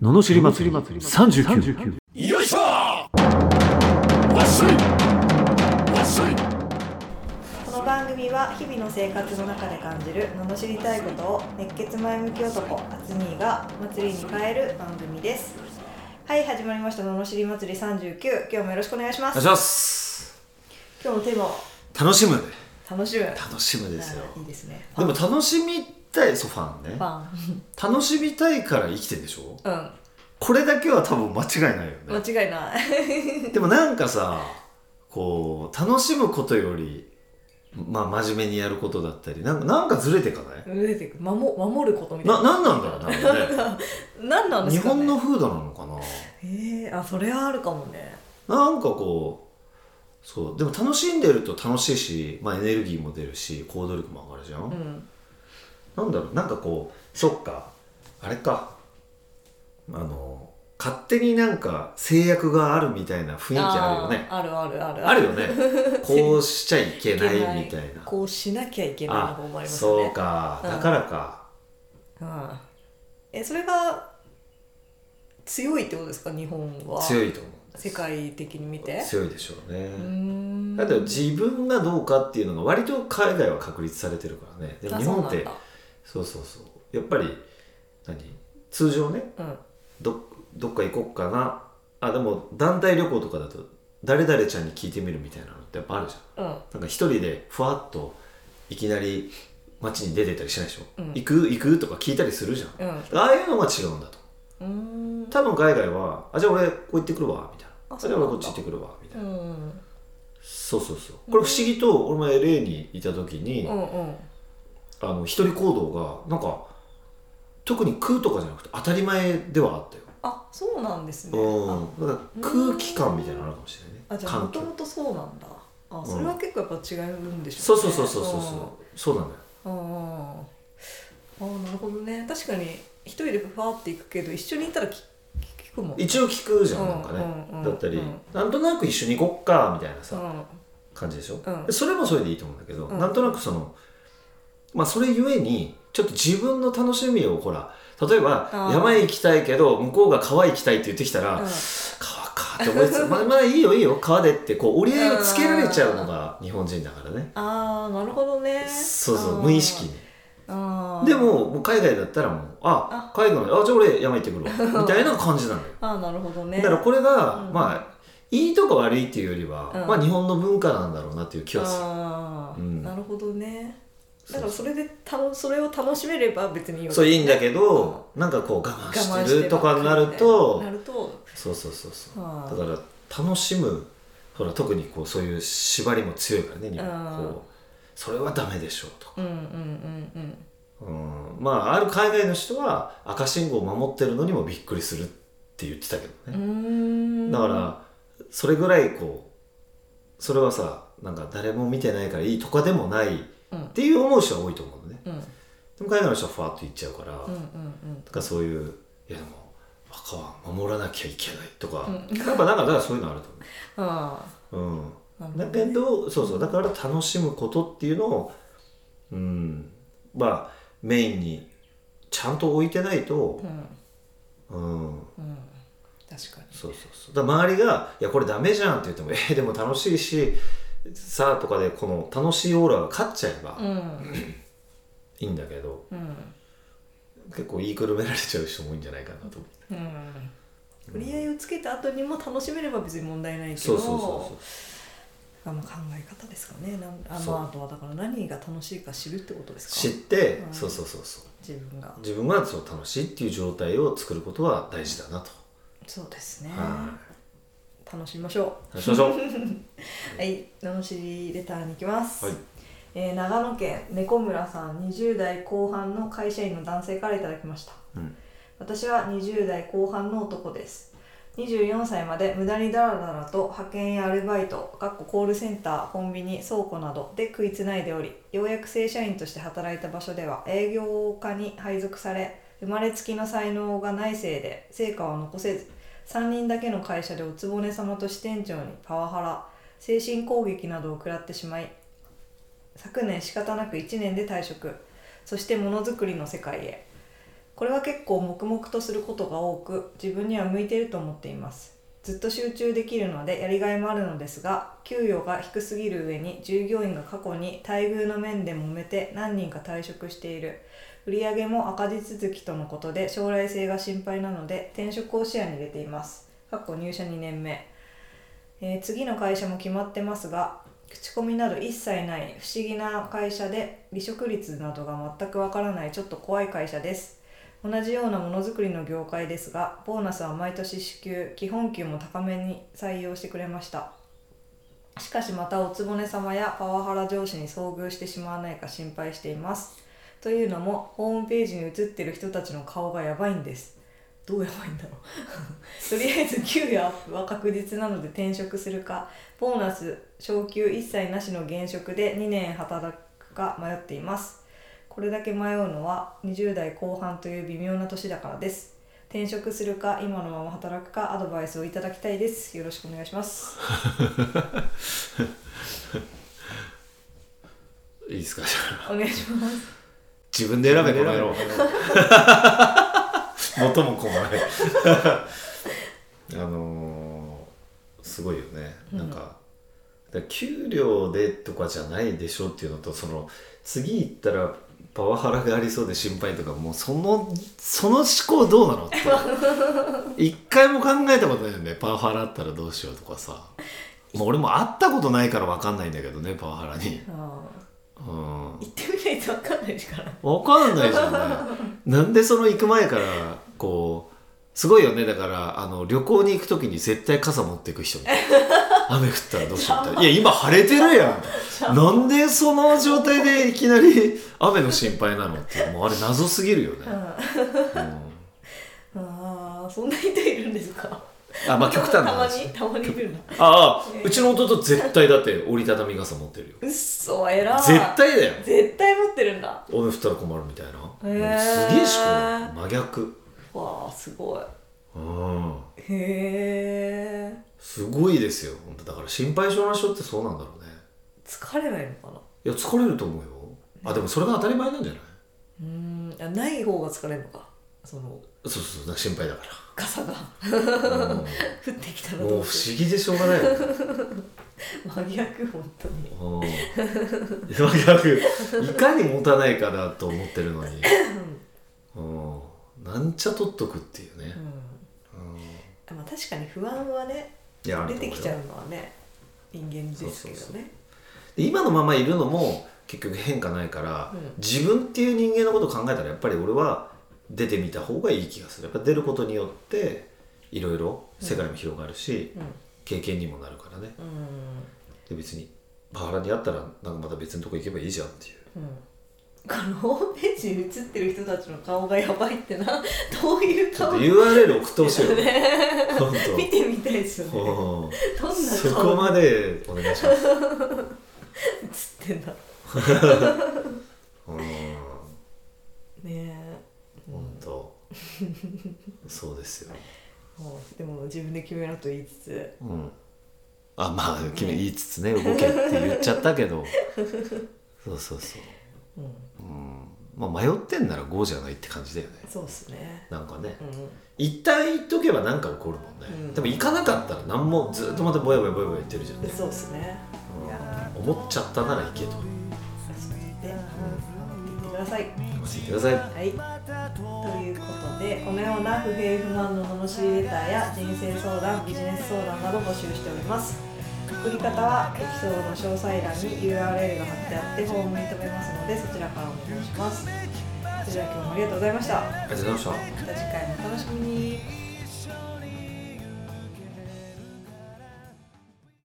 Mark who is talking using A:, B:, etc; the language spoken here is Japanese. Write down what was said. A: ののしり祭り39
B: よいしょわっしょいわっしょい
C: この番組は日々の生活の中で感じる罵りたいことを熱血前向き男アツニーが祭りに変える番組ですはい始まりました罵り祭り39今日もよろしくお願いし
A: お
C: ま
A: 願いし
C: す
A: ます
C: 今日のテーマは
A: 楽しむ
C: 楽しむ
A: 楽しむですよ
C: あいいですね
A: でも楽しみたいそうファンね
C: ファン
A: 楽しみたいから生きてんでしょ
C: う
A: これだけは多分間違いないよ
C: ん
A: ね
C: 間違いない
A: でもなんかさこう楽しむことよりまあ真面目にやることだったりなんかなんかずれてかない
C: 出てくる守守ることみた
A: な
C: い
A: な
C: な
A: んなんだろうねあれね
C: 何なんで
A: 日
C: すかね
A: 本の風土なのかな
C: えー、あそれはあるかもね
A: なんかこうそうでも楽しんでると楽しいし、まあ、エネルギーも出るし行動力も上がるじゃん、
C: うん
A: なんだろうなんかこうそっかあれかあの勝手になんか制約があるみたいな雰囲気あるよね
C: あーあるあるある
A: あるよ ねこうしちゃいけないみたいな
C: こうしなきゃいけないの方もありますよね
A: そうか
C: うん
A: だからか、
C: うんえそれが強いってことですか日本は
A: 強いと思う
C: 世界的に見て
A: 強いでしょうね、
C: うーん
A: だけど自分がどうかっていうのが割と海外は確立されてるからねでも
C: あ
A: 日
C: そう
A: 本
C: な
A: っ
C: ん
A: て
C: だ
A: そうそうそうやっぱり何通常ね
C: うん
A: どどっか行こっかなあでも団体旅行とかだと誰々ちゃんに聞いてみるみたいなのってやっぱあるじゃん
C: うん
A: なんか一人でふわっといきなり街に出てったりしないでしょ、
C: うん
A: 行く行くとか聞いたりするじゃん
C: うん
A: ああいうのが違うんだと
C: うーん
A: 多分海外はあじゃあ俺こう行ってくるわみたいな
C: あ
A: あ
C: そ
A: じ
C: う
A: ゃ
C: な
A: あ
C: んだ
A: 俺こっち行ってくるわみたいな、
C: うん
A: そうそうそうこれ不思議と俺も LA にいた時に、
C: うんうん
A: あの一人行動がなんか特に食うとかじゃなくて当たり前ではあったよ
C: あそうなんですねあ
A: うん、だから空気感みたいなのあるかもしれないね
C: あじゃあも
A: 環
C: と
A: 境
C: もとそうなんだあそれは結構やっぱ違うんでし
A: そ
C: ょ
A: うそ
C: ね
A: うそうそうそうそうそうなのよ
C: ああなるほどね確かに一人でファーって行くけど一緒にいたらき聞くもん
A: 一応聞くじゃん、なんかね、
C: うんうん
A: だったり、
C: うん
A: なんとなく一緒に行こっかみたいなさ、
C: うん
A: 感じでしょ、
C: うん
A: でそれもそれでいいと思うんだけど、
C: うん
A: なんとなくそのまあそれゆえにちょっと自分の楽しみをほら例えば
C: あー
A: 山へ行きたいけど向こうが川へ行きたいって言ってきたら、
C: うん
A: 川かって思いつつまあまあいいよいいよ川でってこう折り合いをつけられちゃうのが日本人だからね、
C: ああなるほど ね
A: そうそ
C: あ
A: う
C: ー
A: 無意識に
C: あー
A: でももう海外だったらもうあ海外のあじゃあ俺山行って くるわみたいな感じなのよ
C: ああなるほどね
A: だからこれが、
C: うん
A: まあいいとか悪いっていうよりは、
C: うん
A: まあ日本の文化なんだろうなっていう気はする
C: ああ、
A: うん
C: なるほどねだからそれでたのそれを楽しめれば別にいいわけ
A: そういいんだ
C: ね
A: けど、なんかこう我慢
C: 我慢
A: し
C: してて
A: るとかになる
C: ばっ
A: と
C: かりねなると
A: そうそうそうそう
C: あ
A: だ
C: ー
A: から楽しむほら特にこうそういう縛りも強いからね日
C: あ
A: 本
C: ー
A: こうそれはダメでしょうとか、
C: うんうん
A: う
C: うん
A: ん、まあある海外の人は赤信号を守ってるのにもびっくりするって言ってたけどね、
C: うんうーん
A: だからそれぐらいこうそれはさなんか誰も見てないからいいとかでもないっ
C: うん
A: ていう思う人は多いと思うのね
C: うん
A: でも海外の人はふわっと行っちゃうから、
C: うん
A: だ
C: うんうん
A: からそういういやでも若は守らなきゃいけないとか、
C: うん
A: やっぱなんかだからそういうのあると
C: あ
A: 思う、
C: あなる
A: う
C: ほ
A: ん、
C: ど
A: だけどそうそうだから楽しむことっていうのをうんまあメインにちゃんと置いてないと
C: う
A: う
C: ん
A: ん
C: うん確かに
A: そうそうそうだから周りが「いやこれダメじゃん」って言っても「えーでも楽しいしさあ」とかでこの楽しいオーラが勝っちゃえば
C: うん
A: いいんだけど、
C: うん
A: 結構言いくるめられちゃう人も多いんじゃないかなと思って
C: うん折り合いをつけた後にも楽しめれば別に問題ないけ
A: そ
C: ど
A: うそうそう
C: あの考え方ですかねなんあ
A: そう
C: のあとはだから何が楽しいか知るってことですか
A: そう知って、
C: うん
A: そうそうそうそう
C: 自分が
A: 自分がそう楽しいっていう状態を作ることは大事だなと、
C: そうですね
A: は
C: 楽しみましょ
A: い話しましょう
C: うはいののしりレターに行きます、
A: はい
C: えー長野県猫村さん20代後半の会社員の男性からいただきました
A: うん
C: 私は20代後半の男です24歳まで無駄にダラダラと派遣やアルバイトかっこコールセンターコンビニ倉庫などで食いつないでおりようやく正社員として働いた場所では営業課に配属され生まれつきの才能がないせいで成果は残せず3人だけの会社でおつぼね様と支店長にパワハラ精神攻撃などを食らってしまい昨年仕方なく1年で退職そしてものづくりの世界へこれは結構黙々とすることが多く自分には向いていると思っていますずっと集中できるのでやりがいもあるのですが給与が低すぎる上に従業員が過去に待遇の面で揉めて何人か退職している売上も赤字続きとのことで将来性が心配なので転職を視野に入れていますかっこ入社2年目、えー次の会社も決まってますが口コミなど一切ない不思議な会社で離職率などが全くわからないちょっと怖い会社です同じようなものづくりの業界ですがボーナスは毎年支給基本給も高めに採用してくれましたしかしまたおつぼね様やパワハラ上司に遭遇してしまわないか心配していますというのもホームページに写ってる人たちの顔がやばいんですどうやばいんだろう とりあえず給与アップは確実なので転職するかボーナス昇給一切なしの現職で2年働くか迷っていますこれだけ迷うのは20代後半という微妙な年だからです転職するか今のまま働くかアドバイスをいただきたいですよろしくお願いします
A: いいですかじゃあ
C: お願いします
A: 自分で選べこの野郎 元も子もない あのーすごいよねなんか,、給料でとかじゃないでしょっていうのとその次行ったらパワハラがありそうで心配とかもうそのその思考どうなのって 一回も考えたことないよねパワハラあったらどうしようとかさもう俺も会ったことないから分かんないんだけどねパワハラに、
C: あ
A: うん
C: ー、行ってみないと分かんないですから
A: わかんないじゃ ない。なんでその行く前からこうすごいよねだからあの旅行に行く時に絶対傘持っていく 人みたいな雨降ったらどうしようみたいないや今晴れてるや んなんでその状態でいきなり 雨の心配なのってもうあれ謎すぎるよね、うん
C: ああそんな人いるんですか
A: あまあ極端な
C: たま
A: 話
C: にたまにいるな
A: ああうちの弟絶対だって折りたたみ傘持ってるよ
C: うっそ偉い
A: 絶対だよ
C: 絶対持ってるんだわ
A: 雨降ったら困るみたいな、
C: へー
A: すげえしか真逆
C: あすごい
A: うん
C: へえ
A: すごいですよ本当だから心配性な人ってそうなんだろうね
C: 疲れないのかない
A: や疲れると思うよあでもそれが当たり前なんじゃないう
C: ーんあない方が疲れるのかその
A: そうそうだから心配だか
C: 傘が
A: ら、うん
C: 降ってきたら
A: もう不
C: ど
A: 思
C: うし
A: 議でしょうがないよね、
C: 真逆本当に
A: うん、いや逆いかに持たないかなと思ってるのに、うん、なんちゃ取っとくっていうね
C: う、ん
A: うん、い
C: まあ確かに不安はね
A: やあると思
C: 出て
A: うよ
C: きちゃうのはね人間ですけどね
A: そうそうで今のままいるのも結局変化ないから、
C: うん
A: 自分っていう人間のことを考えたらやっぱり俺は出てみた方がいい気がするやっぱ出ることによっていろいろ世界も広がるし、経験にもなるからね
C: うんうん
A: で別にパワハラにあったらなんかまた別のとこ行けばいいじゃんっていう
C: うんこのホームページに写ってる人たちの顔がやばいってなどういう
A: ちょっ
C: 顔
A: と URL 送ってほしいよね本
C: 見てみたいですよ
A: 当
C: ね
A: うん
C: どんな
A: そこ
C: 顔が
A: までお願いします
C: 映ってんだね
A: うん
C: え、
A: 本当そうですよ
C: もうでも自分で決めろと言いつつ
A: うん、あまあ君言いつつね動けって言っちゃったけ どそうそうそう、
C: うん
A: うん、まあ迷ってんなら5じゃないって感じだよね
C: そうっすね
A: なんかね
C: うん
A: 一旦行っとけばなんか起こるもんね、
C: うん
A: でも行かなかったら何もずっとまたボヤボヤボヤボヤ言ってるじゃんね、
C: そうっすね
A: うん、思っちゃったなら行けと
C: で頑張っていってください
A: 教えてください
C: はい、ということでこのような不平不満の罵りレターや人生相談ビジネス相談など募集しております送り方はエピソードの詳細欄に URL が貼ってあってフォームに飛べますのでそちらからお願いしますそれでは今日もありがとうございましたま
A: ありがとうございました
C: た次回もお楽しみに